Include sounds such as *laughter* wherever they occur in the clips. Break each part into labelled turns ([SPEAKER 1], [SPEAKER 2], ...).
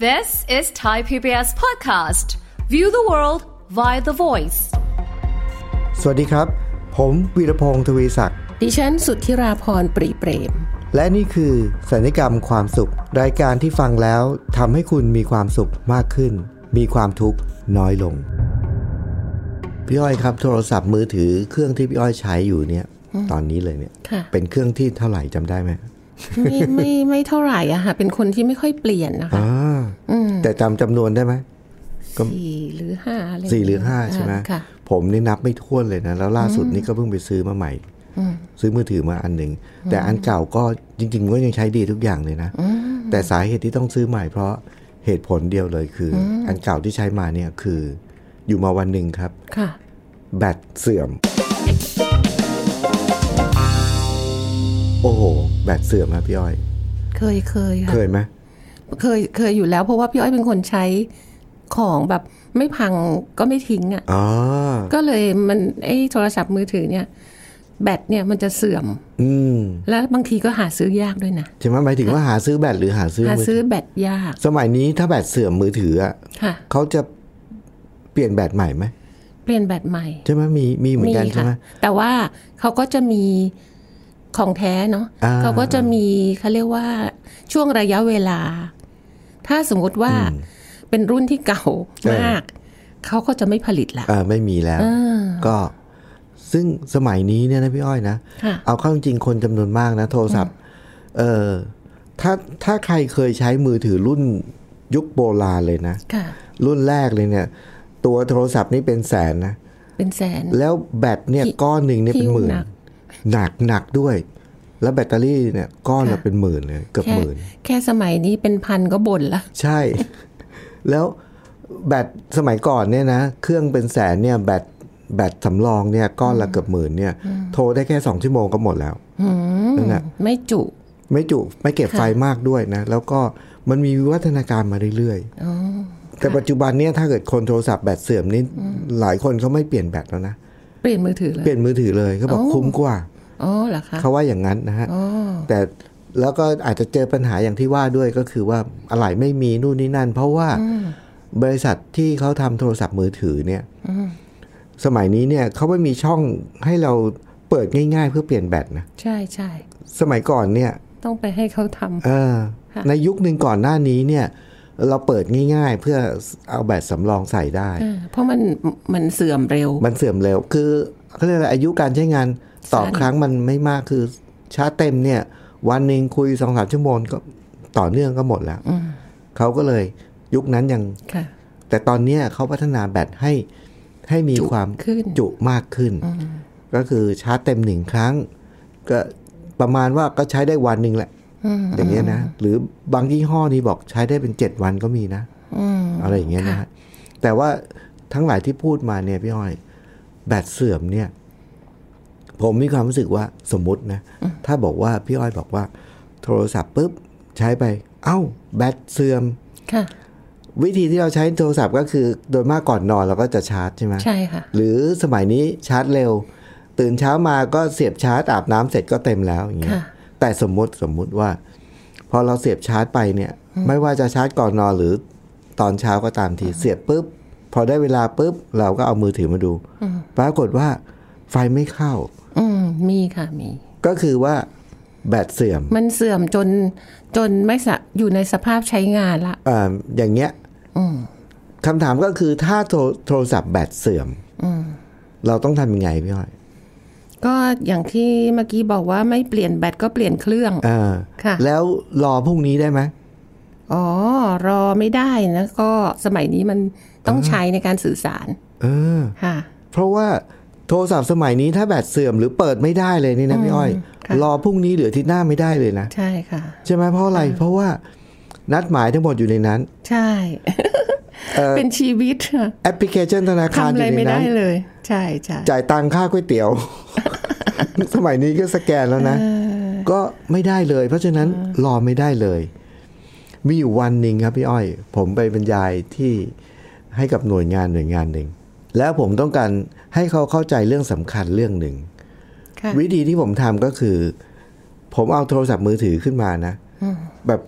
[SPEAKER 1] This is Thai PBS podcast. View the world via the voice.
[SPEAKER 2] สวัสดีครับ ผมวีรพงศ์ทวีศักดิ์
[SPEAKER 3] ดิฉันสุทธิราพรปรีเปรม
[SPEAKER 2] และนี่คือสัญญกรรมความสุข รายการที่ฟังแล้วทำให้คุณมีความสุขมากขึ้น มีความทุกข์น้อยลง พี่อ้อยครับ โทรศัพท์มือถือเครื่องที่พี่อ้อยใช้อยู่เนี่ย ตอนนี้เลยเนี่ย
[SPEAKER 3] ค่ะ
[SPEAKER 2] เป็นเครื่องที่เท่าไหร่จำได้ไหม
[SPEAKER 3] ไม่ไม่ไม่เท่าไหร่อะค่ะ เป็นคนที่ไม่ค่อยเปลี่ยนนะคะ
[SPEAKER 2] อ่าแต่จำจำนวนได้ไหม ก็
[SPEAKER 3] สี่หรือห้าอะไร
[SPEAKER 2] สี่หรือห้าใช่ไหม
[SPEAKER 3] ค่ะ
[SPEAKER 2] ผมนี่นับไม่ถ้วนเลยนะ แล้วล่าสุดนี่ก็เพิ่งไปซื้อมาใหม่ ซื้อมือถือมาอันหนึ่ง แต่อันเก่าก็จริงๆก็ยังใช้ดีทุกอย่างเลยนะ แต่สาเหตุที่ต้องซื้อใหม่เพราะเหตุผลเดียวเลยคือออันเก่าที่ใช้มาเนี่ยคือ อยู่มาวันหนึ่งครับ
[SPEAKER 3] ค่ะ
[SPEAKER 2] แบตเสื่อม โอ้โห แบตเสื่อมครับพี่อ้อย
[SPEAKER 3] เคยเคยค่ะ
[SPEAKER 2] เคยไหม
[SPEAKER 3] เคยเคยอยู่แล้วเพราะว่าพี่อ้อยเป็นคนใช้ของแบบไม่พังก็ไม่ทิ้งอะ
[SPEAKER 2] อ๋อ
[SPEAKER 3] ก็เลยมันไอ้โทรศัพท์มือถือเนี่ย แบตเนี่ยมันจะเสื่อม
[SPEAKER 2] อืม
[SPEAKER 3] แล้วบางทีก็หาซื้อยากด้วยนะ
[SPEAKER 2] ใช่ไหมหมายถึงว่าหาซื้อแบตหรือหาซื้อ
[SPEAKER 3] หา
[SPEAKER 2] มือถื
[SPEAKER 3] ซื้อ
[SPEAKER 2] อ
[SPEAKER 3] แบตยาก
[SPEAKER 2] สมัยนี้ถ้าแบตเสื่อมมือถืออะ
[SPEAKER 3] ค่ะ
[SPEAKER 2] เขาจะเปลี่ยนแบตใหม่ไหม
[SPEAKER 3] เปลี่ยนแบตใหม่
[SPEAKER 2] ใช่ไหมมีมีเหมือนกันใช่ไหม
[SPEAKER 3] แต่ว่าเขาก็จะมีของแท้เนาะ
[SPEAKER 2] อ่า
[SPEAKER 3] เขาก็จะมีเขาเรียกว่าช่วงระยะเวลา ถ้าสมมติว่าเป็นรุ่นที่เก่ามาก เขาก็จะไม่ผลิตละ
[SPEAKER 2] เออไม่มีแล้ว ก็ซึ่งสมัยนี้เนี่ยนะพี่อ้อยนะ
[SPEAKER 3] ค่ะ
[SPEAKER 2] เอาเข้าจริงๆคนจำนวนมากนะ โทรศัพท์ เออถ้าถ้าใครเคยใช้มือถือรุ่นยุคโบราณเลยนะ
[SPEAKER 3] ค่ะ
[SPEAKER 2] รุ่นแรกเลยเนี่ย ตัวโทรศัพท์นี่เป็นแสนนะ
[SPEAKER 3] เป็นแสน
[SPEAKER 2] แล้วแบตเนี่ย
[SPEAKER 3] หิ
[SPEAKER 2] ก้อนหนึ่งเนี่ยเป็นหมื่น
[SPEAKER 3] หิวห
[SPEAKER 2] ห
[SPEAKER 3] นัก
[SPEAKER 2] นักหนักด้วย แล้วแบตเตอรี่เนี่ยก้อนละเป็นหมื่นเลยเกือบ
[SPEAKER 3] แค่
[SPEAKER 2] หมื่น
[SPEAKER 3] แค่สมัยนี้เป็นพันก็บ่นละ
[SPEAKER 2] ใช่ *laughs* แล้วแบตสมัยก่อนเนี่ยนะ เครื่องเป็นแสนเนี่ยแบตแบตสำรองเนี่ยก้อนละเกือบหมื่นเนี่ย โทรได้แค่สองชั่วโมงก็หมดแล้ว
[SPEAKER 3] อืม
[SPEAKER 2] นั่นน่ะ
[SPEAKER 3] ไม่จุ
[SPEAKER 2] ไม่จุไม่เก็บไฟมากด้วยนะ แล้วก็มันมีวิวัฒนาการมาเรื่อยๆแต่ปัจจุบันเนี่ยถ้าเกิดคนโทรศัพท์แบตเสื่อมนี่หลายคนเขาไม่เปลี่ยนแบตแล้วนะ
[SPEAKER 3] เปลี่ยนมือถือเล
[SPEAKER 2] เป
[SPEAKER 3] ย
[SPEAKER 2] ลี่ยนมือถือเลยเขาบอกคุ้มกว่า
[SPEAKER 3] อ๋อเหรอคะ
[SPEAKER 2] เขาว่าอย่างนั้นนะฮะ
[SPEAKER 3] อ๋อ
[SPEAKER 2] แต่แล้วก็อาจจะเจอปัญหาอย่างที่ว่าด้วยก็คือว่าอะไหล่ไม่มีนู่นนี่นั่น เพราะว่าบริษัทที่เขาทำโทรศัพท์มือถือเนี่ยสมัยนี้เนี่ยเขาไม่มีช่องให้เราเปิดง่ายๆ เพื่อเปลี่ยนแบตนะ
[SPEAKER 3] ใช่ใช่
[SPEAKER 2] สมัยก่อนเนี่ย
[SPEAKER 3] ต้องไปให้เขาทำ
[SPEAKER 2] เออ
[SPEAKER 3] ค่ะ
[SPEAKER 2] ในยุคหนึ่งก่อนหน้านี้เนี่ย เราเปิดง่ายๆ เพื่อเอาแบตสำรองใส่ได้
[SPEAKER 3] อ่าเพราะมันมันเสื่อมเร็ว
[SPEAKER 2] มันเสื่อมเร็ว คือเขาเรียกอะไรอายุการใช้งานต่อ
[SPEAKER 3] สั้น
[SPEAKER 2] ครั้งมันไม่มากคือชาร์จเต็มเนี่ย วันหนึ่งคุยสองสามชั่วโมงก็ต่อเนื่องก็หมดแล้วเขาก็เลยยุคนั้นยัง
[SPEAKER 3] ค่ะ
[SPEAKER 2] แต่ตอนเนี้ยเขาพัฒนาแบตให้ให้มีความ
[SPEAKER 3] ขึ้น
[SPEAKER 2] จุมากขึ้น ก็คือชาร์จเต็มหนึ่งครั้ง ก็ประมาณว่าก็ใช้ได้วันหนึ่งแหละ อย่างเงี้ยนะ หรือบางยี่ห้อนี่บอกใช้ได้เป็นเจ็ดวันก็มีนะ
[SPEAKER 3] อืม
[SPEAKER 2] อะไรอย่างเงี้ยนะ
[SPEAKER 3] ค่ะ
[SPEAKER 2] ฮะแต่ว่าทั้งหลายที่พูดมาเนี่ยพี่อ้อย แบตเสื่อมเนี่ย ผมมีความรู้สึกว่าสมมตินะ ถ้าบอกว่าพี่อ้อยบอกว่า โทรศัพท์ปุ๊บใช้ไป เอ้า แบตเสื่อม
[SPEAKER 3] ค่ะ
[SPEAKER 2] วิธีที่เราใช้โทรศัพท์ก็คือ โดยมากก่อนนอนเราก็จะชาร์จใช่ไหม
[SPEAKER 3] ใช่ค่ะ
[SPEAKER 2] หรือสมัยนี้ชาร์จเร็ว ตื่นเช้ามาก็เสียบชาร์จอาบน้ำเสร็จก็เต็มแล้วอย่างเงี้ย
[SPEAKER 3] ค่ะ
[SPEAKER 2] แต่สมมติสมมุติว่า พอเราเสียบชาร์จไปเนี่ย ไม่ว่าจะชาร์จก่อนนอนหรือตอนเช้าก็ตามทีเสียบปุ๊บ พอได้เวลาปุ๊บ เราก็เอามือถือมาดูปรากฏว่าไฟไม่เข้า
[SPEAKER 3] อืมมีค่ะมี
[SPEAKER 2] ก็คือว่าแบตเสื่อม
[SPEAKER 3] มันเสื่อมจนจนไม่สะอยู่ในสภาพใช้งานละ
[SPEAKER 2] อาอย่างเงี้ยคำถามก็คือถ้าโทรโทรศัพท์แบตเสื่อมเราต้องทำยังไงพี่ห้อย
[SPEAKER 3] ก็อย่างที่เมื่อกี้บอกว่าไม่เปลี่ยนแบตก็เปลี่ยนเครื่อง
[SPEAKER 2] เออ
[SPEAKER 3] ค่ะ
[SPEAKER 2] แล้วรอพรุ่งนี้ได้ไหม
[SPEAKER 3] อ๋อ รอไม่ได้นะก็สมัยนี้มันต้องใช้ในการสื่อสาร
[SPEAKER 2] เออ
[SPEAKER 3] ค่ะ
[SPEAKER 2] เพราะว่าโทรศัพท์สมัยนี้ถ้าแบตเสื่อมหรือเปิดไม่ได้เลยนี่นะพี่อ้อย
[SPEAKER 3] ค่ะ
[SPEAKER 2] รอพรุ่งนี้เหลืออาทิศหน้าไม่ได้เลยนะ
[SPEAKER 3] ใช่ค่ะ
[SPEAKER 2] ใช่ไหมเพราะอะไร เพราะว่านัดหมายทั้งหมดอยู่ในนั้น
[SPEAKER 3] ใช่ เป็นชีวิตค่ะ
[SPEAKER 2] แอปพลิเคชันธนาคารอ
[SPEAKER 3] ทำอะไร
[SPEAKER 2] ยู่ใน
[SPEAKER 3] ไม่
[SPEAKER 2] นั้
[SPEAKER 3] ได้
[SPEAKER 2] น
[SPEAKER 3] เลย ใช่ใช่
[SPEAKER 2] จ่ายตังค่าก๋วยเตี๋ยว *laughs* สมัยนี้ก็สแกนแล้วนะ ก็ไม่ได้เลย เพราะฉะนั้นรอไม่ได้เลย มีอยู่วันหนึ่งครับพี่อ้อย ผมไปบรรยายที่ให้กับหน่วยงานหน่วยงานหนึ่ง แล้วผมต้องการให้เขาเข้าใจเรื่องสำคัญเรื่องหนึ่ง
[SPEAKER 3] ค่ะ
[SPEAKER 2] วิธีที่ผมทำก็คือ ผมเอาโทรศัพท์มือถือขึ้นมานะแบบ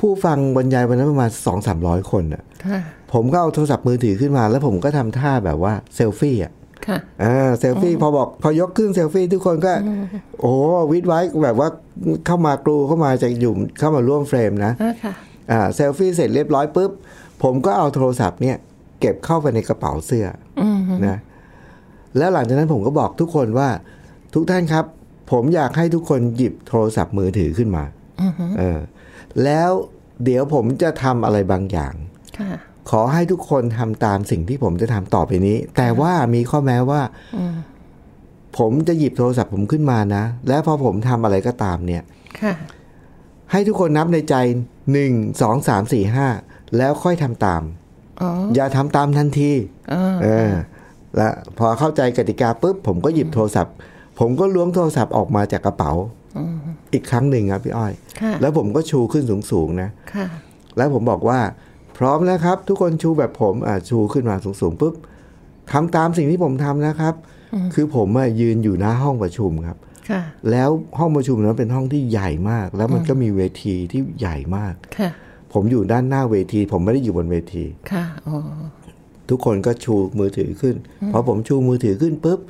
[SPEAKER 2] ผู้ฟังบรรยายวันนั้นประมาณสองสามร้อยคนอ่ะ
[SPEAKER 3] ค่ะ
[SPEAKER 2] ผมก็เอาโทรศัพท์มือถือขึ้นมา แล้วผมก็ทำท่าแบบว่าเซลฟี่อ่ะ
[SPEAKER 3] ค่ะ
[SPEAKER 2] อ่าเซลฟี่พอบอกพอยกขึ้นเซลฟี่ทุกคนก็ โอ้โหวิดไว้แบบว่าเข้ามากรูเข้ามาจะหยุ่มเข้ามาร่วมเฟรมนะ
[SPEAKER 3] อ่าค่ะ
[SPEAKER 2] อ่าเซลฟี่เสร็จเรียบร้อยปุ๊บ ผมก็เอาโทรศัพท์เนี่ย เก็บเข้าไปในกระเป๋าเสื้ออนะแล้วหลังจากนั้นผมก็บอกทุกคนว่า ทุกท่านครับ ผมอยากให้ทุกคนหยิบโทรศัพท์มือถือขึ้นมาเออแล้วเดี๋ยวผมจะทำอะไรบางอย่าง
[SPEAKER 3] ค่ะ
[SPEAKER 2] ขอให้ทุกคนทำตามสิ่งที่ผมจะทำต่อไปนี้ แต่ว่ามีข้อแม้ว่า ผมจะหยิบโทรศัพท์ผมขึ้นมานะ และพอผมทำอะไรก็ตามเนี่ย
[SPEAKER 3] ค่ะ
[SPEAKER 2] ให้ทุกคนนับในใจหนึ่งสองสามสี่ห้าแล้วค่อยทำตาม
[SPEAKER 3] อ๋อ
[SPEAKER 2] อย่าทำตามทันที
[SPEAKER 3] เออ
[SPEAKER 2] เออและพอเข้าใจกติกาปุ๊บผมก็หยิบโทรศัพท์ ผมก็ล้วงโทรศัพท์ออกมาจากกระเป๋าอีกครั้งหนึ่งครับพี่อ้อย
[SPEAKER 3] ค่ะ
[SPEAKER 2] แล้วผมก็ชูขึ้นสูงๆนะ
[SPEAKER 3] ค่ะ
[SPEAKER 2] แล้วผมบอกว่า พร้อมนะครับ ทุกคนชูแบบผมอ่ะชูขึ้นมาสูงๆปุ๊บทำตามสิ่งที่ผมทำนะครับ คือผมอ่ะยืนอยู่หน้าห้องประชุมครับ
[SPEAKER 3] ค่ะ
[SPEAKER 2] แล้วห้องประชุมนั้นเป็นห้องที่ใหญ่มาก แล้วมันก็มีเวทีที่ใหญ่มาก
[SPEAKER 3] ค่ะ
[SPEAKER 2] ผมอยู่ด้านหน้าเวที ผมไม่ได้อยู่บนเวที
[SPEAKER 3] ค่ะ อ๋อ
[SPEAKER 2] ทุกคนก็ชูมือถือขึ้นพอผมชูมือถือขึ้นปุ๊บ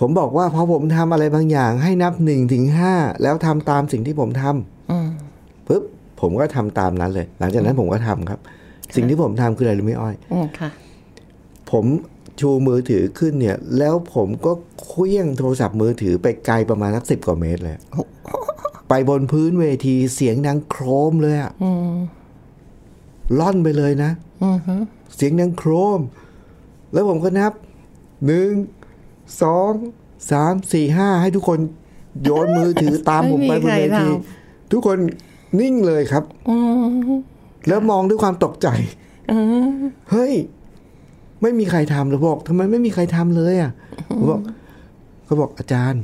[SPEAKER 2] ผมบอกว่าพอผมทำอะไรบางอย่าง ให้นับหนึ่งถึงห้าแล้วทำตามสิ่งที่ผมทำ
[SPEAKER 3] อืม
[SPEAKER 2] ปุ๊บผมก็ทำตามนั้นเลย หลังจากนั้นผมก็ทำครับ สิ่งที่ผมทำคืออะไรรู้ไหมอ้อย
[SPEAKER 3] อืม ค่ะ
[SPEAKER 2] ผมชูมือถือขึ้นเนี่ย แล้วผมก็เคลี้ยงโทรศัพท์มือถือไปไกลประมาณสักสิบกว่าเมตรเลย ไปบนพื้นเวทีเสียงดังโครมเลยอะ
[SPEAKER 3] อืม
[SPEAKER 2] ล่อนไปเลยนะ
[SPEAKER 3] อือฮึ
[SPEAKER 2] เสียงดังโครม แล้วผมก็นับหนึ่งสองสามสี่ห้าให้ทุกคนโยนมือถือตามผมไปบนเวทีทุกคนนิ่งเลยครับ
[SPEAKER 3] อืม
[SPEAKER 2] แล้วมองด้วยความตกใจ
[SPEAKER 3] อืม
[SPEAKER 2] เฮ้ย ไม่มีใครทำเลยบอกทำไมไม่มีใครทำเลยอ่ะผมบอกเขาบอกอาจารย์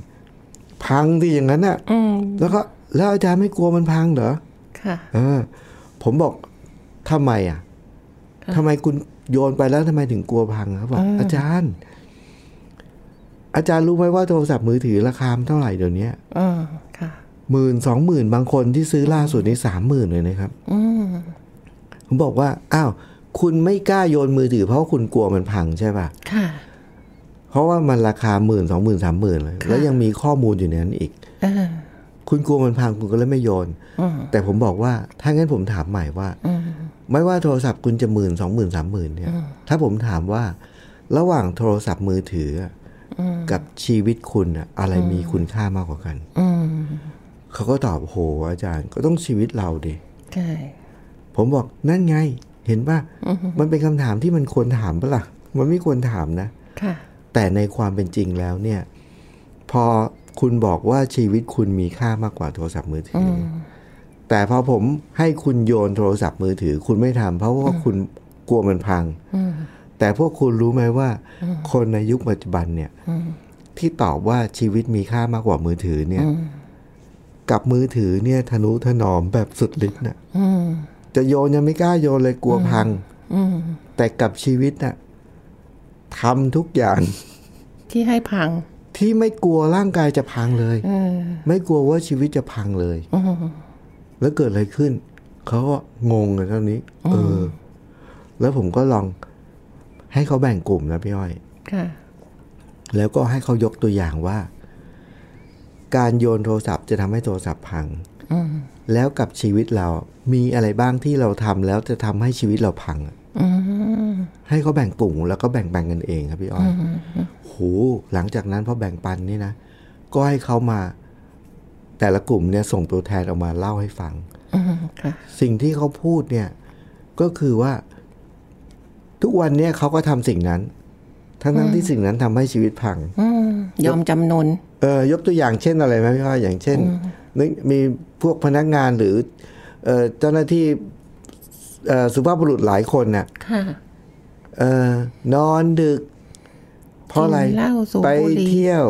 [SPEAKER 2] พังที่อย่างนั้นอ่ะ
[SPEAKER 3] อืม
[SPEAKER 2] แล้วก็แล้วอาจารย์ไม่กลัวมันพังเหรอ
[SPEAKER 3] ค่ะ
[SPEAKER 2] เออ ผมบอกทำไมอ่ะทำไมคุณโยนไปแล้วทำไมถึงกลัวพังครับบอกอาจารย์ อาจารย์รู้ไหมว่าโทรศัพท์มือถือราคาเท่าไหร่เดี๋ยวนี้
[SPEAKER 3] อืม ค่ะ
[SPEAKER 2] หมื่นสองหมื่นบางคนที่ซื้อล่าสุดนี่สามหมื่นเลยนะครับ
[SPEAKER 3] อืม
[SPEAKER 2] ผมบอกว่า อ้าว คุณไม่กล้าโยนมือถือเพราะว่าคุณกลัวมันพังใช่ป่ะ
[SPEAKER 3] ค่ะ
[SPEAKER 2] เพราะว่ามันราคาหมื่นสองหมื่นสามหมื่นเลย แล้วยังมีข้อมูลอยู่ในนั้นอีก
[SPEAKER 3] เออ
[SPEAKER 2] คุณกลัวมันพังคุณก็เลยไม่โยน
[SPEAKER 3] อืม
[SPEAKER 2] แต่ผมบอกว่า ถ้างั้นผมถามใหม่ว่า
[SPEAKER 3] อืม
[SPEAKER 2] ไม่ว่าโทรศัพท์คุณจะหมื่นสองหมื่นสามหมื่นเนี่ย ถ้าผมถามว่า ระหว่างโทรศัพท์มือถืออะกับชีวิตคุณอะอะไรมีคุณค่ามากกว่ากัน
[SPEAKER 3] อืม
[SPEAKER 2] เขาก็ตอบโหอาจารย์ก็ต้องชีวิตเราดิ
[SPEAKER 3] ใช่
[SPEAKER 2] ผมบอกนั่นไง เห็นป่ะมันเป็นคำถามที่มันควรถามปะล่ะมันไม่ควรถามนะ
[SPEAKER 3] ค่ะ
[SPEAKER 2] แต่ในความเป็นจริงแล้วเนี่ย พอคุณบอกว่าชีวิตคุณมีค่ามากกว่าโทรศัพท์มือถืออแต่พอผมให้คุณโยนโทรศัพท์มือถือ คุณไม่ทำเพราะว่าคุณกลัวมันพังแต่พวกคุณรู้ไหมว่า คนในยุคปัจจุบันเนี่ยที่ตอบว่าชีวิตมีค่ามากกว่ามือถือเนี่ย กับมือถือเนี่ยทะนุถนอมแบบสุดฤทธิ์น่ะ
[SPEAKER 3] อืม
[SPEAKER 2] จะโยนยังไม่กล้าโยนเลยกลัวพัง
[SPEAKER 3] อืม
[SPEAKER 2] แต่กับชีวิตน่ะทำทุกอย่าง
[SPEAKER 3] ที่ให้พัง
[SPEAKER 2] ที่ไม่กลัวร่างกายจะพังเลย
[SPEAKER 3] เออ
[SPEAKER 2] ไม่กลัวว่าชีวิตจะพังเลย
[SPEAKER 3] อืม
[SPEAKER 2] แล้วเกิดอะไรขึ้น เขาก็งงกันเท่านี้ เออ แล้วผมก็ลอง ให้เขาแบ่งกลุ่มนะพี่อ้อย
[SPEAKER 3] ค่ะ
[SPEAKER 2] แล้วก็ให้เขายกตัวอย่างว่า การโยนโทรศัพท์จะทำให้โทรศัพท์พัง
[SPEAKER 3] อืม
[SPEAKER 2] แล้วกับชีวิตเรา มีอะไรบ้างที่เราทำแล้วจะทำให้ชีวิตเราพังอะ
[SPEAKER 3] อืม
[SPEAKER 2] ให้เขาแบ่งกลุ่มแล้วก็แบ่งแบ่งกันเองครับพี่อ้อยโหหลังจากนั้นพอแบ่งปันนี่นะ ก็ให้เขามา แต่ละกลุ่มเนี่ยส่งตัวแทนออกมาเล่าให้ฟัง
[SPEAKER 3] อืม ค่ะ
[SPEAKER 2] สิ่งที่เขาพูดเนี่ย ก็คือว่า ทุกวันเนี่ยเขาก็ทำสิ่งนั้น ทั้งๆที่สิ่งนั้นทำให้ชีวิตพัง
[SPEAKER 3] อืม ยอมจำนน
[SPEAKER 2] เออยกตัวอย่างเช่นอะไรไหมพี่ว่าอย่างเช่นนึกมีพวกพนักงานหรือเอ่อเจ้าหน้าที่เอ่อสุภาพบุรุษหลายคนน่ะ
[SPEAKER 3] ค่ะ
[SPEAKER 2] เอ่อนอนดึก เพราะอะไร
[SPEAKER 3] กินเหล้าสูบ
[SPEAKER 2] ไป
[SPEAKER 3] บุหรี่
[SPEAKER 2] เที่ยว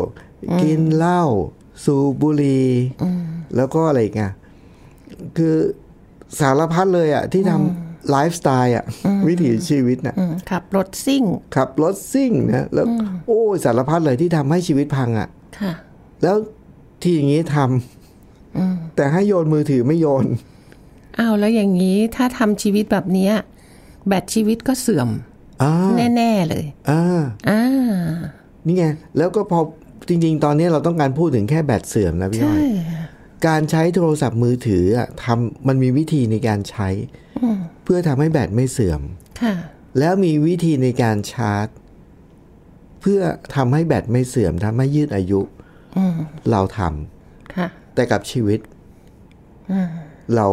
[SPEAKER 2] กินเหล้าสูบบุหรี่แล้วก็อะไรอีกอ่ะคือสารพัดเลยอ่ะ ที่ทำไลฟ์สไตล์อ่ะ วิถีชีวิตน่ะ
[SPEAKER 3] อืม ขับรถซิ่ง
[SPEAKER 2] ขับรถซิ่งนะแล้ว โอ้ยสารพัดเลยที่ทำให้ชีวิตพังอ่ะ
[SPEAKER 3] ค่ะ
[SPEAKER 2] แล้วที่อย่างนี้ทำแต่ให้โยนมือถือไม่โยน
[SPEAKER 3] อ้าวแล้วอย่างนี้ถ้าทำชีวิตแบบเนี้ยแบตชีวิตก็เสื่อม
[SPEAKER 2] อ่า
[SPEAKER 3] แน่ ๆ เลย
[SPEAKER 2] อ่า
[SPEAKER 3] อ่า
[SPEAKER 2] นี่ไง แล้วก็พอจริง ๆ ตอนนี้เราต้องการพูดถึงแค่แบตเสื่อมนะพี่อ้อย การใช้โทรศัพท์มือถืออะทำมันมีวิธีในการใช้ เพื่อทำให้แบตไม่เสื่อม
[SPEAKER 3] ค่ะ
[SPEAKER 2] แล้วมีวิธีในการชาร์จ เพื่อทำให้แบตไม่เสื่อมทำให้ยืดอายุเราท
[SPEAKER 3] ค่ะ
[SPEAKER 2] ำแต่กับชีวิตเรา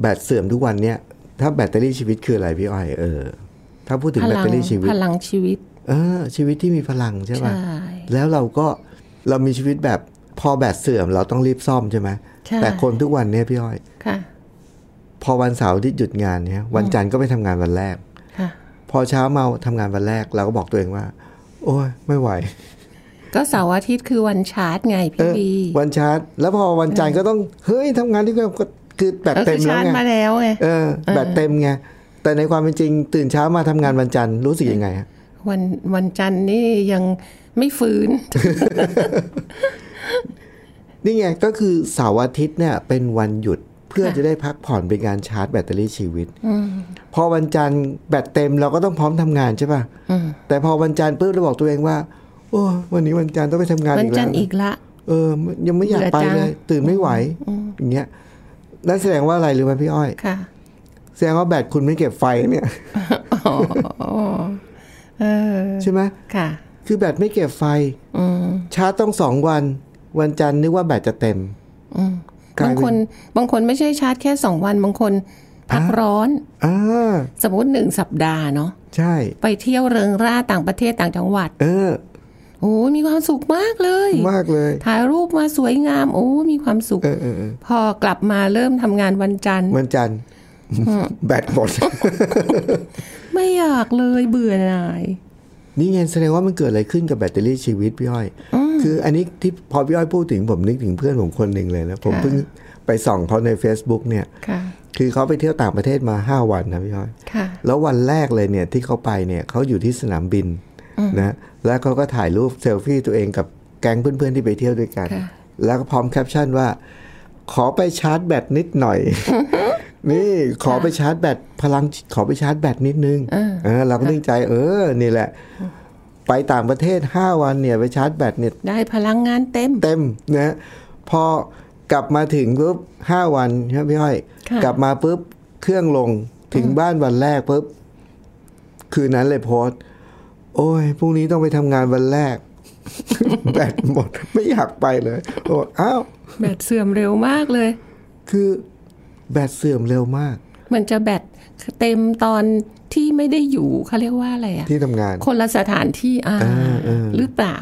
[SPEAKER 2] แบตเสื่อมทุกวันเนี่ย ถ้าแบตเตอรี่ชีวิตคืออะไรพี่อ้อยเออ ถ้าพูดถึง
[SPEAKER 3] พ
[SPEAKER 2] แบต
[SPEAKER 3] ลัง
[SPEAKER 2] เตอรี่ชีวิต
[SPEAKER 3] พลังชีวิต
[SPEAKER 2] เออชีวิตที่มีพลังใช่ป่ะ
[SPEAKER 3] ใช่
[SPEAKER 2] แล้วเราก็เรามีชีวิตแบบพอแบตเสื่อมเราต้องรีบซ่อมใช่ไหม
[SPEAKER 3] ใช่
[SPEAKER 2] แต่คนทุกวันเนี่ยพี่อ้อย
[SPEAKER 3] ค่ะ
[SPEAKER 2] พอวันเสาร์ที่หยุดงานเนี่ยวันจันทร์ก็ไปทำงานวันแรก
[SPEAKER 3] ค่ะ
[SPEAKER 2] พอเช้ามาทำงานวันแรกเราก็บอกตัวเองว่า โอ้ยไม่ไหว
[SPEAKER 3] ก็เสาร์อาทิตย์คือวันชาร์จไง
[SPEAKER 2] เอ
[SPEAKER 3] พี่
[SPEAKER 2] อ
[SPEAKER 3] บี
[SPEAKER 2] วันชาร์จ แล้วพอวันจันทร์ก็ต้องเฮ้ยทำงานที่ก็คือแบต
[SPEAKER 3] ก็
[SPEAKER 2] เต็ม
[SPEAKER 3] คือ
[SPEAKER 2] แล้
[SPEAKER 3] ชาว ร์จ
[SPEAKER 2] ไง
[SPEAKER 3] มาแล้วไง
[SPEAKER 2] เออแบตเต็มไงแต่ในความเป็นจริง ตื่นเช้ามาทำงานวันจันทร์รู้สึกยังไงฮะ
[SPEAKER 3] วันวันจันทร์นี่ยังไม่ฟื้น
[SPEAKER 2] นี่ไงก็คือเสาร์อาทิตย์เนี่ยเป็นวันหยุดเพื่อจะได้พักผ่อนเป็นการชาร์จแบตเตอรี่ชีวิตพอวันจันทร์แบตเต็มเราก็ต้องพร้อมทำงานใช่ป่ะแต่พอวันจันทร์ปุ๊บเราบอกตัวเองว่า โอ้ยวันนี้วันจันทร์ต้องไปทำงาน
[SPEAKER 3] วั
[SPEAKER 2] อี
[SPEAKER 3] น
[SPEAKER 2] กแล้ว
[SPEAKER 3] จันทร์อีกละ
[SPEAKER 2] เออยังไม่อยากไป
[SPEAKER 3] เบื่อจัง
[SPEAKER 2] เลย ตื่นไม่ไหวอย่างเงี้ยนั่นแสดงว่าอะไรรู้ไหมพี่อ้อย
[SPEAKER 3] ค่ะ
[SPEAKER 2] แสดงว่าแบตคุณไม่เก็บไฟเนี่ย
[SPEAKER 3] อ๋อเออ
[SPEAKER 2] ใช่ไหม
[SPEAKER 3] ค่ะ
[SPEAKER 2] คือแบตไม่เก็บไฟชาร์จต้องสองวัน วันจันทร์นึกว่าแบตจะเต็มกลา
[SPEAKER 3] บาย ง
[SPEAKER 2] เป็
[SPEAKER 3] คนบางคนไม่ใช่ชาร์จแค่สองวัน บางคนพักร้อน
[SPEAKER 2] อ่า
[SPEAKER 3] สมมติหนึ่งสัปดาห์เนาะ
[SPEAKER 2] ใช่
[SPEAKER 3] ไปเที่ยวเริงร่าต่างประเทศต่างจังหวัด
[SPEAKER 2] เออ
[SPEAKER 3] โอ้ยมีความสุขมากเลย
[SPEAKER 2] มากเลย
[SPEAKER 3] ถ่ายรูปมาสวยงาม โอ้ยมีความสุข
[SPEAKER 2] เออเออเออ
[SPEAKER 3] พอกลับมาเริ่มทำงานวันจันทร์
[SPEAKER 2] วันจันทร์แบตหมด
[SPEAKER 3] ไม่อยากเลยเบื่อหน่าย
[SPEAKER 2] นี่ไงแสดงว่ามันเกิดอะไรขึ้นกับแบตเตอรี่ชีวิตพี่อ้อย คืออันนี้ที่พอพี่อ้อยพูดถึงผมนึกถึงเพื่อนผมคนหนึ่งเลยนะผมเพิ่งไปส่องเขาใน Facebook เนี่ย
[SPEAKER 3] ค่ะ
[SPEAKER 2] คือเขาไปเที่ยวต่างประเทศมาห้าวันนะพี่ย้อย
[SPEAKER 3] ค่ะ
[SPEAKER 2] แล้ววันแรกเลยเนี่ยที่เขาไปเนี่ยเขาอยู่ที่สนามบินนะแล้วเขาก็ถ่ายรูปเซลฟี่ตัวเองกับแก๊งเพื่อนๆที่ไปเที่ยวด้วยกัน
[SPEAKER 3] ค่ะ
[SPEAKER 2] แล้วก็พร้อมแคปชั่นว่า ขอไปชาร์จแบตนิดหน่อย *laughs* นี่ขอไปชาร์จแบตพลังขอไปชาร์จแบตนิดนึงเออเราก็นึกใจเออนี่แหละ ไปต่างประเทศห้าวันเนี่ยไปชาร์จแบตเนี่ย
[SPEAKER 3] ได้พลังงานเต็ม
[SPEAKER 2] เต็มนะพอกลับมาถึงปุ๊บห้าวันครับพี่ห้อย
[SPEAKER 3] ค่ะ
[SPEAKER 2] กลับมาปุ๊บเครื่องลงถึงบ้านวันแรกปุ๊บคืนนั้นเลยโพสต์โอ้ยพรุ่งนี้ต้องไปทำงานวันแรก *laughs* แบตหมด ไม่อยากไปเลยโอ้อ้าว
[SPEAKER 3] แบตเสื่อมเร็วมากเลย
[SPEAKER 2] คือแบตเสื่อมเร็วมาก
[SPEAKER 3] มันจะแบตเต็มตอนที่ไม่ได้อยู่เขาเรียกว่าอะไรอะ
[SPEAKER 2] ที่ทำงาน
[SPEAKER 3] คนละสถานที่อ่าหรือเปล่า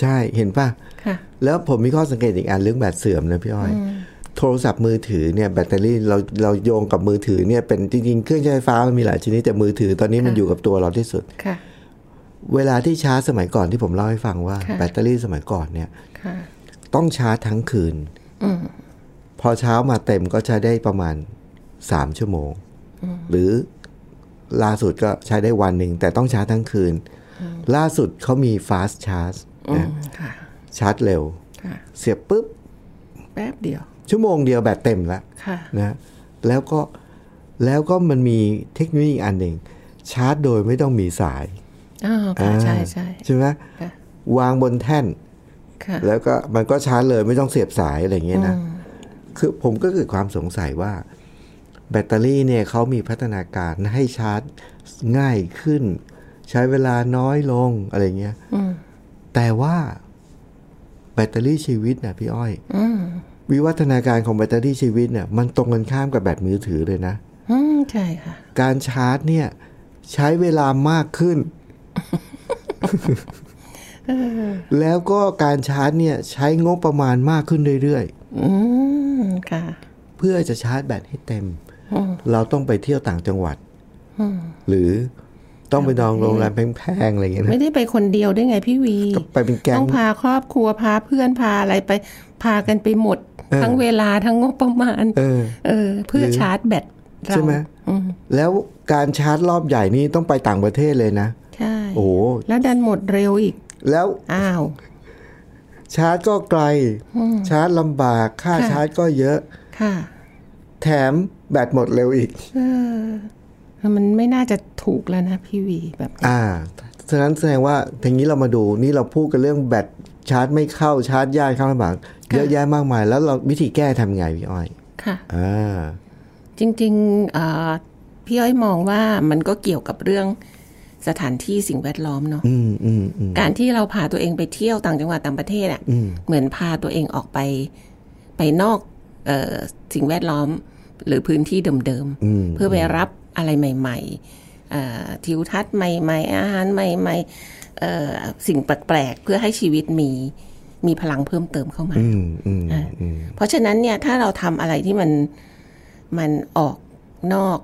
[SPEAKER 2] ใช่เห็นป่ะ
[SPEAKER 3] ค่ะ
[SPEAKER 2] แล้วผมมีข้อสังเกตอีกอันเรื่องแบตเสื่อมนะพี่อ้อย โทรศัพท์มือถือเนี่ยแบตเตอรี่เราเราโยงกับมือถือเนี่ยเป็นจริงๆ เครื่องใช้ไฟฟ้ามันมีหลายชนิดแต่มือถือตอนนี้มันอยู่กับตัวเราที่สุด
[SPEAKER 3] ค่ะ
[SPEAKER 2] เวลาที่ชาร์จสมัยก่อนที่ผมเล่าให้ฟังว่า
[SPEAKER 3] ค่ะ
[SPEAKER 2] แบตเตอรี่สมัยก่อนเนี่ย
[SPEAKER 3] ค่ะ
[SPEAKER 2] ต้องชาร์จทั้งคืนพอเช้ามาเต็มก็ใช้ได้ประมาณสามชั่วโมง หรือล่าสุดก็ใช้ได้วันหนึ่งแต่ต้องชาร์จทั้งคืน ล่าสุดเขามี fast charge นะ
[SPEAKER 3] ค่ะ
[SPEAKER 2] ชาร์จเร็ว
[SPEAKER 3] ค่ะ
[SPEAKER 2] เสียบปุ๊บ
[SPEAKER 3] แป๊บเดียว
[SPEAKER 2] ชั่วโมงเดียวแบตเต็มแล้ว
[SPEAKER 3] ค่ะ
[SPEAKER 2] นะแล้วก็แล้วก็มันมีเทคโนโลยีอีกอันหนึ่งชาร์จโดยไม่ต้องมีสาย
[SPEAKER 3] อ้าวค่ะ ใช่
[SPEAKER 2] อ่า
[SPEAKER 3] ใช่
[SPEAKER 2] ใช่ไหม
[SPEAKER 3] ค่ะ
[SPEAKER 2] วางบนแท่น
[SPEAKER 3] ค่ะ
[SPEAKER 2] แล้วก็มันก็ชาร์จเลยไม่ต้องเสียบสายอะไรอย่างเงี้ยนะคือผมก็เกิดความสงสัยว่า แบตเตอรี่เนี่ยเขามีพัฒนาการให้ชาร์จง่ายขึ้น ใช้เวลาน้อยลงอะไรเงี้ยแต่ว่าแบตเตอรี่ชีวิตนะพี่อ้อยวิวัฒนาการของแบตเตอรี่ชีวิตเนี่ยมันตรงกันข้ามกับแบตมือถือเลยนะ
[SPEAKER 3] อืม ใช่ค่ะ
[SPEAKER 2] การชาร์จเนี่ยใช้เวลามากขึ้น *laughs* แล้วก็การชาร์จเนี่ยใช้งบประมาณมากขึ้นเรื่อย
[SPEAKER 3] อืม ค่ะ
[SPEAKER 2] ๆ เพื่อจะชาร์จแบตให้เต็ม เราต้องไปเที่ยวต่างจังหวัด หรือต้องไปนอนโรงแรมแพงๆอะไรอย่างเงี้ยนะ
[SPEAKER 3] ไม่ได้ไปคนเดียวด้วยไงพี่วี
[SPEAKER 2] ก็ไปเป็นแก๊ง
[SPEAKER 3] ต้องพาครอบครัวพาเพื่อนพาอะไรไป พากันไปหมด ทั้งเวลาทั้งงบประมาณ
[SPEAKER 2] เออ
[SPEAKER 3] เออ เพื่อชาร์จแบตเรา
[SPEAKER 2] ใช่ไหมแล้วการชาร์จรอบใหญ่นี่ต้องไปต่างประเทศเลยนะ
[SPEAKER 3] ใช่
[SPEAKER 2] โอ้โห
[SPEAKER 3] แล้วดันหมดเร็วอีก
[SPEAKER 2] แล้ว
[SPEAKER 3] อ้าว
[SPEAKER 2] ชาร์จก็ไกล ชาร์จลำบากค่าชาร์จก็เยอะ
[SPEAKER 3] ค่ะ
[SPEAKER 2] แถมแบตหมดเร็วอีก
[SPEAKER 3] มันไม่น่าจะถูกแล้วนะพี่วีแบบ
[SPEAKER 2] อ่า ฉะนั้นแสดงว่าทีนี้เรามาดูนี่เราพูดกันเรื่องแบตชาร์จไม่เข้าชาร์จยากเข้าลำบากเยอะแยะมากมาย แล้วเราวิธีแก้ทำไงพี่อ้อย
[SPEAKER 3] ค่ะ
[SPEAKER 2] อ่า
[SPEAKER 3] จริงๆเอ่อพี่อ้อยมองว่ามันก็เกี่ยวกับเรื่องสถานที่สิ่งแวดล้อมเนาะ
[SPEAKER 2] อืมอืมอืม
[SPEAKER 3] การที่เราพาตัวเองไปเที่ยวต่างจังหวัดต่างประเทศอะ่ะเหมือนพาตัวเองออกไป ไปนอกเออสิ่งแวดล้อมหรือพื้นที่เดิมๆเพื่อไปรับอะไรใหม่ๆเอ่อทิวทัศน์ใหม่ๆ อาหารใหม่ๆเอ่อสิ่งแปลกๆเพื่อให้ชีวิตมีมีพลังเพิ่มเติมเข้ามา
[SPEAKER 2] อืมอืม
[SPEAKER 3] อ่ะเพราะฉะนั้นเนี่ยถ้าเราทำอะไรที่มันมันออกนอก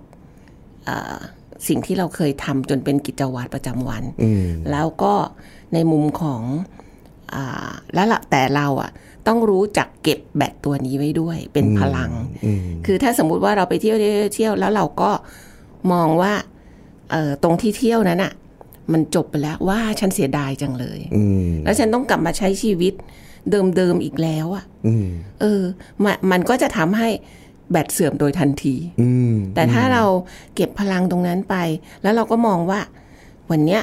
[SPEAKER 3] เออสิ่งที่เราเคยทำจนเป็นกิจวัตรประจำวัน
[SPEAKER 2] อืม
[SPEAKER 3] แล้วก็ในมุมของอาแล้วละแต่เราอะต้องรู้จักเก็บแบตตัวนี้ไว้ด้วย เป็นพลัง
[SPEAKER 2] อืม
[SPEAKER 3] คือถ้าสมมุติว่าเราไปเที่ยวเที่ยวเที่ยวแล้วเราก็มองว่าเอ่อตรงที่เที่ยวนั้นอะมันจบไปแล้วว่าฉันเสียดายจังเลย
[SPEAKER 2] อืม
[SPEAKER 3] แล้วฉันต้องกลับมาใช้ชีวิตเดิมๆอีกแล้วอะ
[SPEAKER 2] อืม
[SPEAKER 3] เออมะมันก็จะทำให้แบตเสื่อมโดยทันที
[SPEAKER 2] อืม
[SPEAKER 3] แต่ถ้าเราเก็บพลังตรงนั้นไป แล้วเราก็มองว่า วันเนี้ย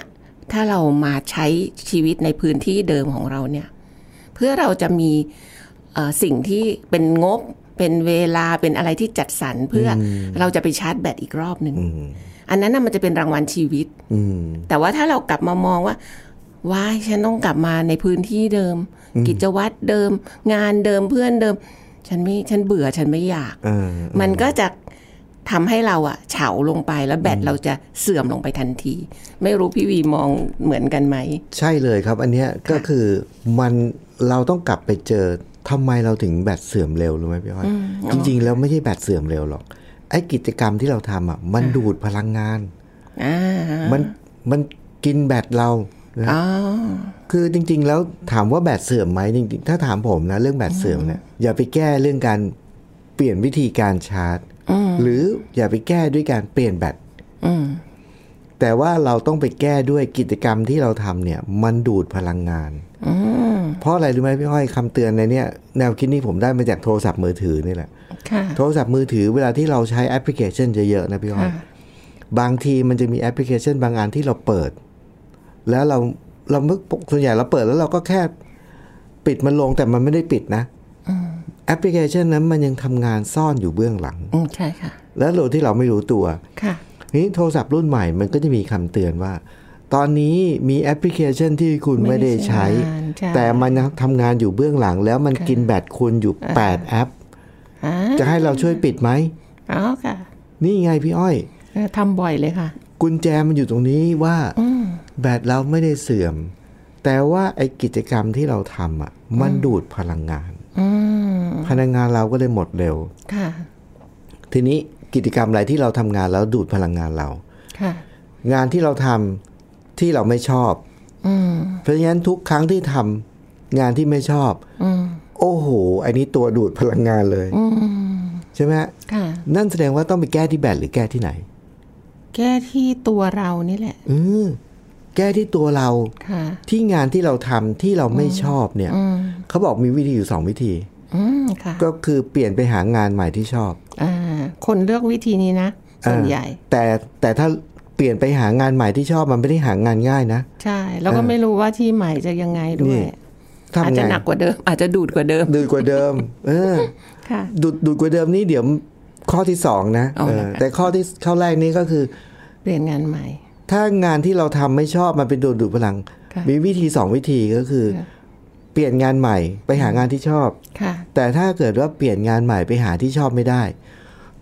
[SPEAKER 3] ถ้าเรามาใช้ชีวิตในพื้นที่เดิมของเราเนี่ย เพื่อเราจะมีเอ่อสิ่งที่เป็นงบ เป็นเวลาเป็นอะไรที่จัดสรรเพื่ออเราจะไปชาร์จแบตอีกรอบหนึ่งอันนั้นน่ะมันจะเป็นรางวัลชีวิต
[SPEAKER 2] อืม
[SPEAKER 3] แต่ว่าถ้าเรากลับมามองว่าว้ายฉันต้องกลับมาในพื้นที่เดิม กิจวัตรเดิม งานเดิมเพื่อนเดิม ฉันไม่ฉันเบื่อฉันไม่อยาก
[SPEAKER 2] อ่า
[SPEAKER 3] มันก็จะทำให้เราอะเฉาลงไปแล้วแบตเราจะเสื่อมลงไปทันที ไม่รู้พี่วีมองเหมือนกันไหม
[SPEAKER 2] ใช่เลยครับ อันเนี้ยก็คือมันเราต้องกลับไปเจอทำไมเราถึงแบตเสื่อมเร็วรู้ไหมพี่อ้อยจริงๆแล้วไม่ใช่แบตเสื่อมเร็วหรอกไอ้กิจกรรมที่เราทำอ่ะมันดูดพลังงาน
[SPEAKER 3] อ่า
[SPEAKER 2] มันมันกินแบตเรานะ
[SPEAKER 3] อ๋อ
[SPEAKER 2] คือจริง ๆ แล้วถามว่าแบตเสื่อมไหมจริงๆถ้าถามผมนะเรื่องแบตเสื่อมเนี่ยอย่าไปแก้เรื่องการเปลี่ยนวิธีการชาร์จ หรืออย่าไปแก้ด้วยการเปลี่ยนแบตแต่ว่าเราต้องไปแก้ด้วยกิจกรรมที่เราทำเนี่ย มันดูดพลังงานเพราะอะไรรู้ไหมพี่ห้อยคำเตือนในเนี่ยแนวคิดนี้ผมได้มาจากโทรศัพท์มือถือนี่แหละ
[SPEAKER 3] ค่ะ
[SPEAKER 2] โทรศัพท์มือถือเวลาที่เราใช้แอปพลิเคชันเยอะๆนะพี่อ้อย
[SPEAKER 3] ค่ะ
[SPEAKER 2] บางทีมันจะมีแอปพลิเคชันบางอันที่เราเปิด แล้วเราเราเมื่อส่วนใหญ่เราเปิดแล้วเราก็แค่ปิดมันลงแต่มันไม่ได้ปิดนะแอปพลิเคชันนั้นมันยังทำงานซ่อนอยู่เบื้องหลัง
[SPEAKER 3] อืมใช่ค่ะ
[SPEAKER 2] แล้วโดยที่เราไม่รู้ตัว
[SPEAKER 3] ค่ะ
[SPEAKER 2] ทีนี้โทรศัพท์รุ่นใหม่มันก็จะมีคำเตือนว่า ตอนนี้มีแอปพลิเคชันที่คุณไม่ได้ใช้
[SPEAKER 3] ไม่ได้ใช้
[SPEAKER 2] แต่มันยังทำงานอยู่เบื้องหลัง แล้วมันกินแบตคุณอยู่แปดแอป
[SPEAKER 3] อ่า
[SPEAKER 2] จะให้เราช่วยปิดไหม
[SPEAKER 3] อ๋อค่ะ
[SPEAKER 2] นี่ไงพี่อ้อย
[SPEAKER 3] เออทำบ่อยเลยค่ะ
[SPEAKER 2] กุญแจมันอยู่ตรงนี้ว่าแบตเราไม่ได้เสื่อม แต่ว่าไอ้กิจกรรมที่เราทำอ่ะ มันดูดพลังงาน
[SPEAKER 3] อืม
[SPEAKER 2] พลังงานเราก็เลยหมดเร็ว
[SPEAKER 3] ค่ะ
[SPEAKER 2] ทีนี้กิจกรรมอะไรที่เราทำงานแล้วดูดพลังงานเรา
[SPEAKER 3] ค่ะ
[SPEAKER 2] งานที่เราทำที่เราไม่ชอบ
[SPEAKER 3] อืม
[SPEAKER 2] เพราะฉะนั้นทุกครั้งที่ทำงานที่ไม่ชอบ
[SPEAKER 3] อืม
[SPEAKER 2] โอ้โหอันนี้ตัวดูดพลังงานเลย
[SPEAKER 3] อืม
[SPEAKER 2] ใช่ไหมฮะ
[SPEAKER 3] ค่ะ
[SPEAKER 2] นั่นแสดงว่าต้องไปแก้ที่แบตหรือแก้ที่ไหน
[SPEAKER 3] แก้ที่ตัวเรานี่แหละ
[SPEAKER 2] เออแก้ที่ตัวเรา
[SPEAKER 3] ค่ะ
[SPEAKER 2] ที่งานที่เราทำที่เราไม่ชอบเนี่ย
[SPEAKER 3] อืม
[SPEAKER 2] เขาบอกมีวิธีอยู่สองวิธี
[SPEAKER 3] อืม ค่ะ
[SPEAKER 2] ก็คือเปลี่ยนไปหางานใหม่ที่ชอบ
[SPEAKER 3] อ่า คนเลือกวิธีนี้นะ ส่วนใหญ่
[SPEAKER 2] เออแต่แต่ถ้าเปลี่ยนไปหางานใหม่ที่ชอบมันไม่ได้หางานง่ายนะ
[SPEAKER 3] ใช่ แล้วก็ไม่รู้ว่าที่ใหม่จะยังไงด้วย
[SPEAKER 2] ทำ
[SPEAKER 3] อาจจะ
[SPEAKER 2] ไง
[SPEAKER 3] หนักกว่าเดิม อาจจะดูดกว่าเดิม
[SPEAKER 2] ดูดกว่าเดิม เออ
[SPEAKER 3] ค่ะ
[SPEAKER 2] ดูดดูดกว่าเดิมนี่เดี๋ยวข้อที่สองนะ
[SPEAKER 3] เอา
[SPEAKER 2] เอ
[SPEAKER 3] ละ
[SPEAKER 2] อ
[SPEAKER 3] ค่ะ
[SPEAKER 2] แต่ข้อที่ข้อแรกนี่ก็คือ
[SPEAKER 3] เปลี่ยนงานใหม่
[SPEAKER 2] ถ้างานที่เราทำไม่ชอบมันเป็นดูดดูดพลัง
[SPEAKER 3] ค่ะ
[SPEAKER 2] มีวิธีสองวิธีก็คือ เปลี่ยนงานใหม่ไปหางานที่ชอบ
[SPEAKER 3] ค่ะ
[SPEAKER 2] แต่ถ้าเกิดว่าเปลี่ยนงานใหม่ไปหาที่ชอบไม่ได้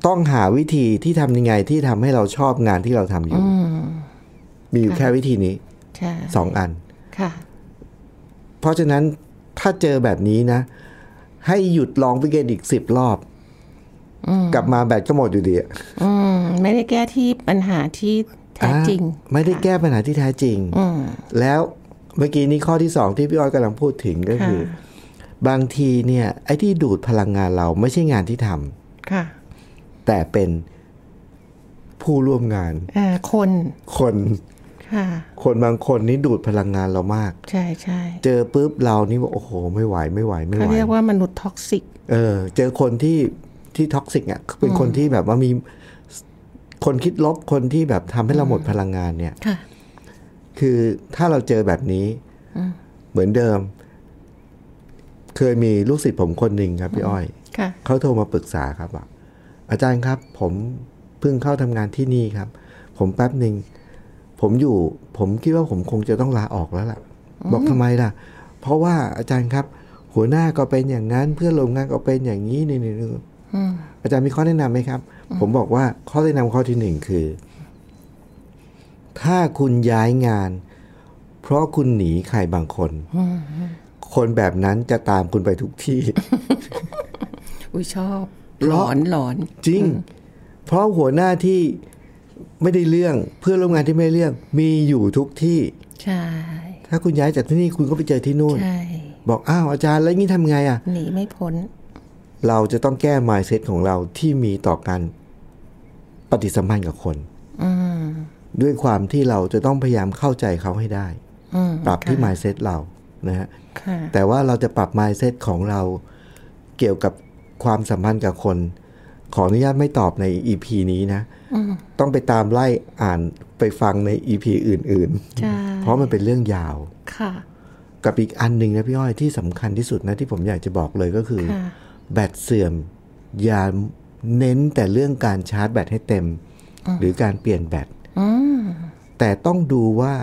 [SPEAKER 2] ต้องหาวิธีที่ทำยังไงที่ทำให้เราชอบงานที่เราทำอยู่
[SPEAKER 3] อืม
[SPEAKER 2] มีอยู่แค่วิธีนี้
[SPEAKER 3] ใช่
[SPEAKER 2] สองอัน
[SPEAKER 3] ค่ะ
[SPEAKER 2] เพราะฉะนั้นถ้าเจอแบบนี้นะ ให้หยุดลองไปเกนอีกสิบรอบกลับมาแบตก็หมดอยู่ดีอะ
[SPEAKER 3] อืม ไม่ได้แก้ที่ปัญหาที่แท้จริง
[SPEAKER 2] อ่ะไม่ได้แก้ปัญหาที่แท้จริง
[SPEAKER 3] อืม
[SPEAKER 2] แล้วเมื่อกี้นี้ข้อที่สองที่พี่อ้อยกำลังพูดถึงก็คือ
[SPEAKER 3] ค่ะ
[SPEAKER 2] บางทีเนี่ยไอ้ที่ดูดพลังงานเราไม่ใช่งานที่ท
[SPEAKER 3] ค่ะ
[SPEAKER 2] ำแต่เป็นผู้ร่วมงาน
[SPEAKER 3] เอ่อคน
[SPEAKER 2] คน
[SPEAKER 3] ค่ะ
[SPEAKER 2] คนบางคนนี่ดูดพลังงานเรามาก
[SPEAKER 3] ใช่ใช่
[SPEAKER 2] เจอปุ๊บเรานี่ว่าโอ้โห ไม่ไหวไม่ไหวไม่
[SPEAKER 3] เขา
[SPEAKER 2] ไหว
[SPEAKER 3] เรียกว่ามนุษย์ท็อกซิก
[SPEAKER 2] เออ เจอคนที่ ที่ท็อกซิกอ่ะเป็นคนที่แบบว่ามีคนคิดลบคนที่แบบทำให้เราหมดพลังงานเนี่ย
[SPEAKER 3] ค่ะ
[SPEAKER 2] คือถ้าเราเจอแบบนี้เหมือนเดิม เคยมีลูกศิษย์ผมคนหนึ่งครับพี่อ้อย
[SPEAKER 3] ค่ะ
[SPEAKER 2] เขาโทรมาปรึกษาครับว่าอาจารย์ครับผมเพิ่งเข้าทำงานที่นี่ครับ ผมแป๊บหนึ่งผมอยู่ ผมคิดว่าผมคงจะต้องลาออกแล้วล่ะ บอกทำไมล่ะ เพราะว่าอาจารย์ครับ หัวหน้าก็เป็นอย่างนั้นเพื่อนร่วมงานก็เป็นอย่างนี้นี่นี่นี่อาจารย์มีข้อแนะนำไหมครับ ผมบอกว่าข้อแนะนำข้อที่หนึ่งคือ ถ้าคุณย้ายงาน เพราะคุณหนีใครบางคน คนแบบนั้นจะตามคุณไปทุกที่
[SPEAKER 3] อุ้ยชอบ หลอนหลอน
[SPEAKER 2] จริง เพราะหัวหน้าที่ไม่ได้เรื่องเพื่อนร่วมงานที่ไม่ได้เรื่อง มีอยู่ทุกที่
[SPEAKER 3] ใช่
[SPEAKER 2] ถ้าคุณย้ายจากที่นี่คุณก็ไปเจอที่นู่น
[SPEAKER 3] ใช่
[SPEAKER 2] บอกอ้าวอาจารย์แล้วนี่ทำไงอ่ะ
[SPEAKER 3] หนีไม่พ้น
[SPEAKER 2] เราจะต้องแก้ mindset ของเราที่มีต่อการปฏิสัมพันธ์กับคนด้วยความที่เราจะต้องพยายามเข้าใจเขาให้ได้
[SPEAKER 3] อืม
[SPEAKER 2] ปรับที่ mindset เรานะฮะ
[SPEAKER 3] ค่ะ
[SPEAKER 2] แต่ว่าเราจะปรับ mindset ของเราเกี่ยวกับความสัมพันธ์กับคน ขออนุญาตไม่ตอบใน EP นี้นะ ต้องไปตามไล่อ่านไปฟังใน EP อื่น
[SPEAKER 3] ใช่
[SPEAKER 2] ๆ เพราะมันเป็นเรื่องยาว
[SPEAKER 3] ค่ะ
[SPEAKER 2] กับอีกอันหนึ่งนะพี่อ้อยที่สำคัญที่สุดนะที่ผมอยากจะบอกเลยก็คือ
[SPEAKER 3] ค่ะ
[SPEAKER 2] แบตเสื่อม อย่าเน้นแต่เรื่องการชาร์จแบตให้เต็ม หรือการเปลี่ยนแบตแต่ต้องดูว่า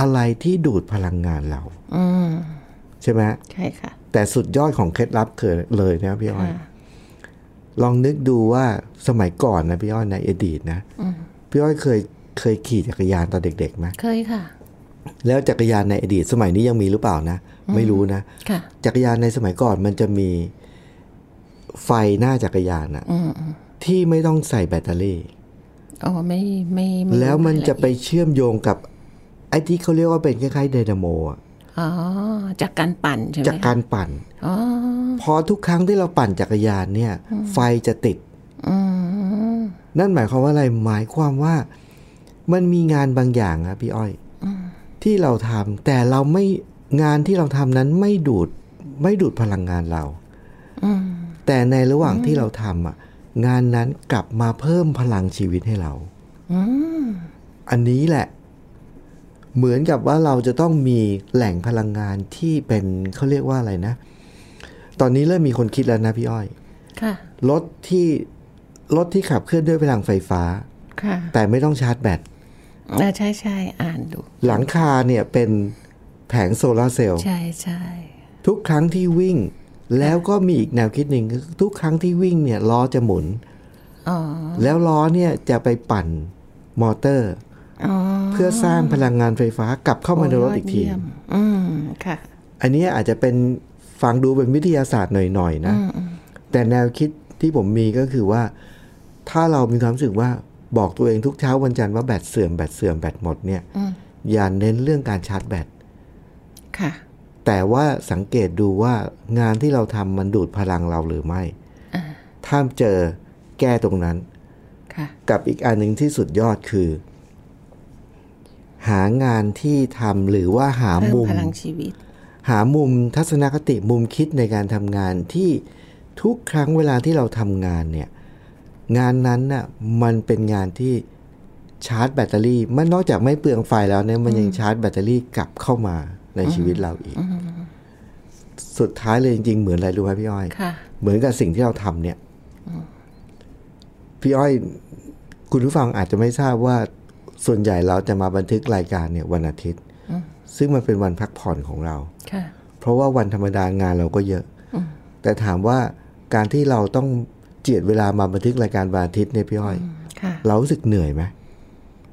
[SPEAKER 2] อะไรที่ดูดพลังงานเราใช่ไหม
[SPEAKER 3] ใช่ค่ะ
[SPEAKER 2] แต่สุดยอดของเคล็ดลับเกิดเลยนะครับพี่อ้อย ลองนึกดูว่าสมัยก่อนนะพี่อ้อยในอดีตนะพี่อ้อยเคยเคยขี่จักรยานตอนเด็กๆไหม
[SPEAKER 3] เคยค่ะ
[SPEAKER 2] แล้วจักรยานในอดีต สมัยนี้ยังมีหรือเปล่านะ ไม่รู้นะ
[SPEAKER 3] ค่ะ
[SPEAKER 2] จักรยานในสมัยก่อนมันจะมีไฟหน้าจักรยานอะที่ไม่ต้องใส่แบตเตอรี่
[SPEAKER 3] อ๋อ ไม่ไม่ไรู้
[SPEAKER 2] แล้วมัน
[SPEAKER 3] รายล
[SPEAKER 2] จะไปเชื่อมโยงกับไอ้ที่เขาเรียกว่าเป็นคล้ายๆไดนาโมอะ
[SPEAKER 3] อ๋อ จากการปั่นใช่ไหม
[SPEAKER 2] จากการปั่น
[SPEAKER 3] อ๋อ
[SPEAKER 2] พอทุกครั้งที่เราปั่นจักรยานเนี่ย ไฟจะติด
[SPEAKER 3] อืม
[SPEAKER 2] นั่นหมายความว่าอะไร หมายความว่ามันมีงานบางอย่างครับพี่อ้อยที่เราทำแต่เราไม่งานที่เราทำนั้นไม่ดูดไม่ดูดพลังงานเราแต่ในระหว่างที่เราทำอ่ะ งานนั้นกลับมาเพิ่มพลังชีวิตให้เราอันนี้แหละ เหมือนกับว่าเราจะต้องมีแหล่งพลังงานที่เป็นเขาเรียกว่าอะไรนะ ตอนนี้เริ่มมีคนคิดแล้วนะพี่อ้อย
[SPEAKER 3] ค่ะ
[SPEAKER 2] รถที่รถที่ขับเคลื่อนด้วยพลังไฟฟ้า
[SPEAKER 3] ค่ะ
[SPEAKER 2] แต่ไม่ต้องชาร์จแบต
[SPEAKER 3] อ่าใช่ใช่อ่านดู
[SPEAKER 2] หลังคาเนี่ยเป็นแผงโซลาร์เซลล์
[SPEAKER 3] ใช่ใช่
[SPEAKER 2] ทุกครั้งที่วิ่ง แล้วก็มีอีกแนวคิดหนึ่งคือทุกครั้งที่วิ่งเนี่ยล้อจะหมุน
[SPEAKER 3] อ๋อ
[SPEAKER 2] แล้วล้อเนี่ยจะไปปั่นมอเตอร์
[SPEAKER 3] อ๋อ
[SPEAKER 2] เพื่อสร้างพลังงานไฟฟ้ากลับเข้ามาในรถอีกที
[SPEAKER 3] ยดเยี่ยมอืม ค่ะ
[SPEAKER 2] อันนี้อาจจะเป็นฟังดูเป็นวิทยาศาสตร์หน่อยๆนะ แต่แนวคิดที่ผมมีก็คือว่า ถ้าเรามีความรู้สึกว่าบอกตัวเองทุกเช้าวันจันทร์ว่าแบตเสื่อมแบตเสื่อมแบตหมดเนี่ยอย่าเน้นเรื่องการชาร์จแบต
[SPEAKER 3] ค่ะ
[SPEAKER 2] แต่ว่าสังเกตดูว่างานที่เราทำมันดูดพลังเราหรือไม่ถ้าเจอแก้ตรงนั้น
[SPEAKER 3] ค่ะ
[SPEAKER 2] กับอีกอันหนึ่งที่สุดยอดคือ หางานที่ทำหรือว่าหา
[SPEAKER 3] เพิ่ม
[SPEAKER 2] มุม
[SPEAKER 3] พลังชีวิต
[SPEAKER 2] หามุมทัศนคติมุมคิดในการทำงานที่ทุกครั้งเวลาที่เราทำงานเนี่ย งานนั้นน่ะมันเป็นงานที่ชาร์จแบตเตอรี่ มันนอกจากไม่เปลืองไฟแล้วเนี่ยมันยังชาร์จแบตเตอรี่กลับเข้ามาในชีวิตเราอีก สุดท้ายเลยจริงๆเหมือนอะไรรู้ไหมพี่อ้อย
[SPEAKER 3] ค่ะ
[SPEAKER 2] เหมือนกับสิ่งที่เราทำเนี่ย พี่อ้อย คุณผู้ฟังอาจจะไม่ทราบว่าส่วนใหญ่เราจะมาบันทึกรายการเนี่ยวันอาทิตย์ ซึ่งมันเป็นวันพักผ่อนของเรา
[SPEAKER 3] ค่ะ
[SPEAKER 2] เพราะว่าวันธรรมดางานเราก็เยอะ แต่ถามว่าการที่เราต้องเจียดเวลามาบันทึกรายการวันอาทิตย์เนี่ยพี่อ้อย
[SPEAKER 3] ค่ะ
[SPEAKER 2] เรารู้สึกเหนื่อยไหม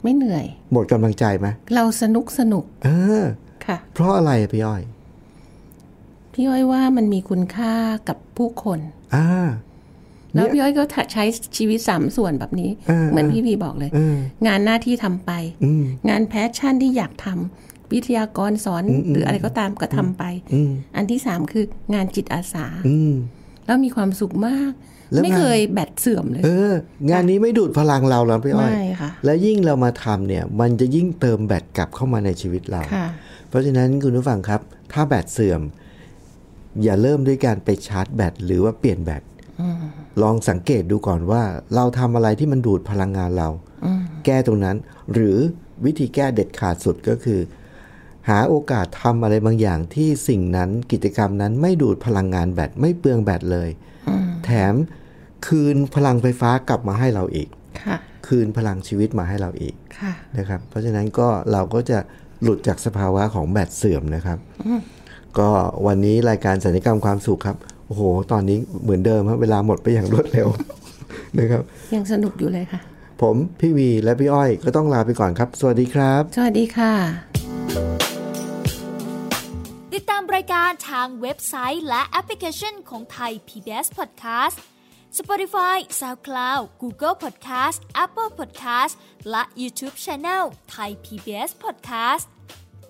[SPEAKER 3] ไม่เหนื่อย
[SPEAKER 2] หมดกำลังใจไหม
[SPEAKER 3] เราสนุกสนุก
[SPEAKER 2] เออ
[SPEAKER 3] ค่ะ
[SPEAKER 2] เพราะอะไรอะพี่อ้อย
[SPEAKER 3] พี่อ้อยว่ามันมีคุณค่ากับผู้คน
[SPEAKER 2] อ่า
[SPEAKER 3] แล้วพี่อ้อยก็ใช้ชีวิตสามส่วนแบบนี้
[SPEAKER 2] เออ
[SPEAKER 3] เหมือนพี่พีบอกเลย งานหน้าที่ทำไป งานแพชชั่นที่อยากทำวิทยากรสอนหรืออะไรก็ตามก็ทำไป อันที่สามคืองานจิตอาสา
[SPEAKER 2] อืม
[SPEAKER 3] แล้วมีความสุขมาก
[SPEAKER 2] แล้ว
[SPEAKER 3] ไม่
[SPEAKER 2] งาน
[SPEAKER 3] เคยแบตเสื่อมเลย
[SPEAKER 2] เออ งานนี้ไม่ดูดพลังเราแล้วพี่อ้อย
[SPEAKER 3] ไม่ค่ะ
[SPEAKER 2] แล้วยิ่งเรามาทำเนี่ย มันจะยิ่งเติมแบตกลับเข้ามาในชีวิตเรา
[SPEAKER 3] ค่ะ
[SPEAKER 2] เพราะฉะนั้นคุณผู้ฟังครับ ถ้าแบตเสื่อม อย่าเริ่มด้วยการไปชาร์จแบตหรือว่าเปลี่ยนแบต ลองสังเกตดูก่อนว่า เราทำอะไรที่มันดูดพลังงานเรา แก้ตรงนั้น หรือวิธีแก้เด็ดขาดสุดก็คือ หาโอกาสทำอะไรบางอย่างที่สิ่งนั้นกิจกรรมนั้นไม่ดูดพลังงานแบตไม่เปลืองแบตเลย แถมคืนพลังไฟฟ้ากลับมาให้เราอีก
[SPEAKER 3] ค่ะ
[SPEAKER 2] คืนพลังชีวิตมาให้เราอีก
[SPEAKER 3] ค่ะ
[SPEAKER 2] นะครับเพราะฉะนั้นก็เราก็จะหลุดจากสภาวะของแบตเสื่อมนะครับ ก็วันนี้รายการสัญญกรรมความสุขครับ โอ้โห ตอนนี้เหมือนเดิมครับเวลาหมดไปอย่างรวดเร็ว นะครับ
[SPEAKER 3] ยังสนุกอยู่เลยค่ะ
[SPEAKER 2] ผมพี่วีและพี่อ้อยก็ต้องลาไปก่อนครับ สวัสดีครับ
[SPEAKER 3] สวัสดีค่ะ
[SPEAKER 4] ติดตามรายการทางเว็บไซต์และแอปพลิเคชันของไทย PBS Podcast Spotify SoundCloud Google Podcast Apple Podcast และ YouTube Channel ไทย PBS Podcast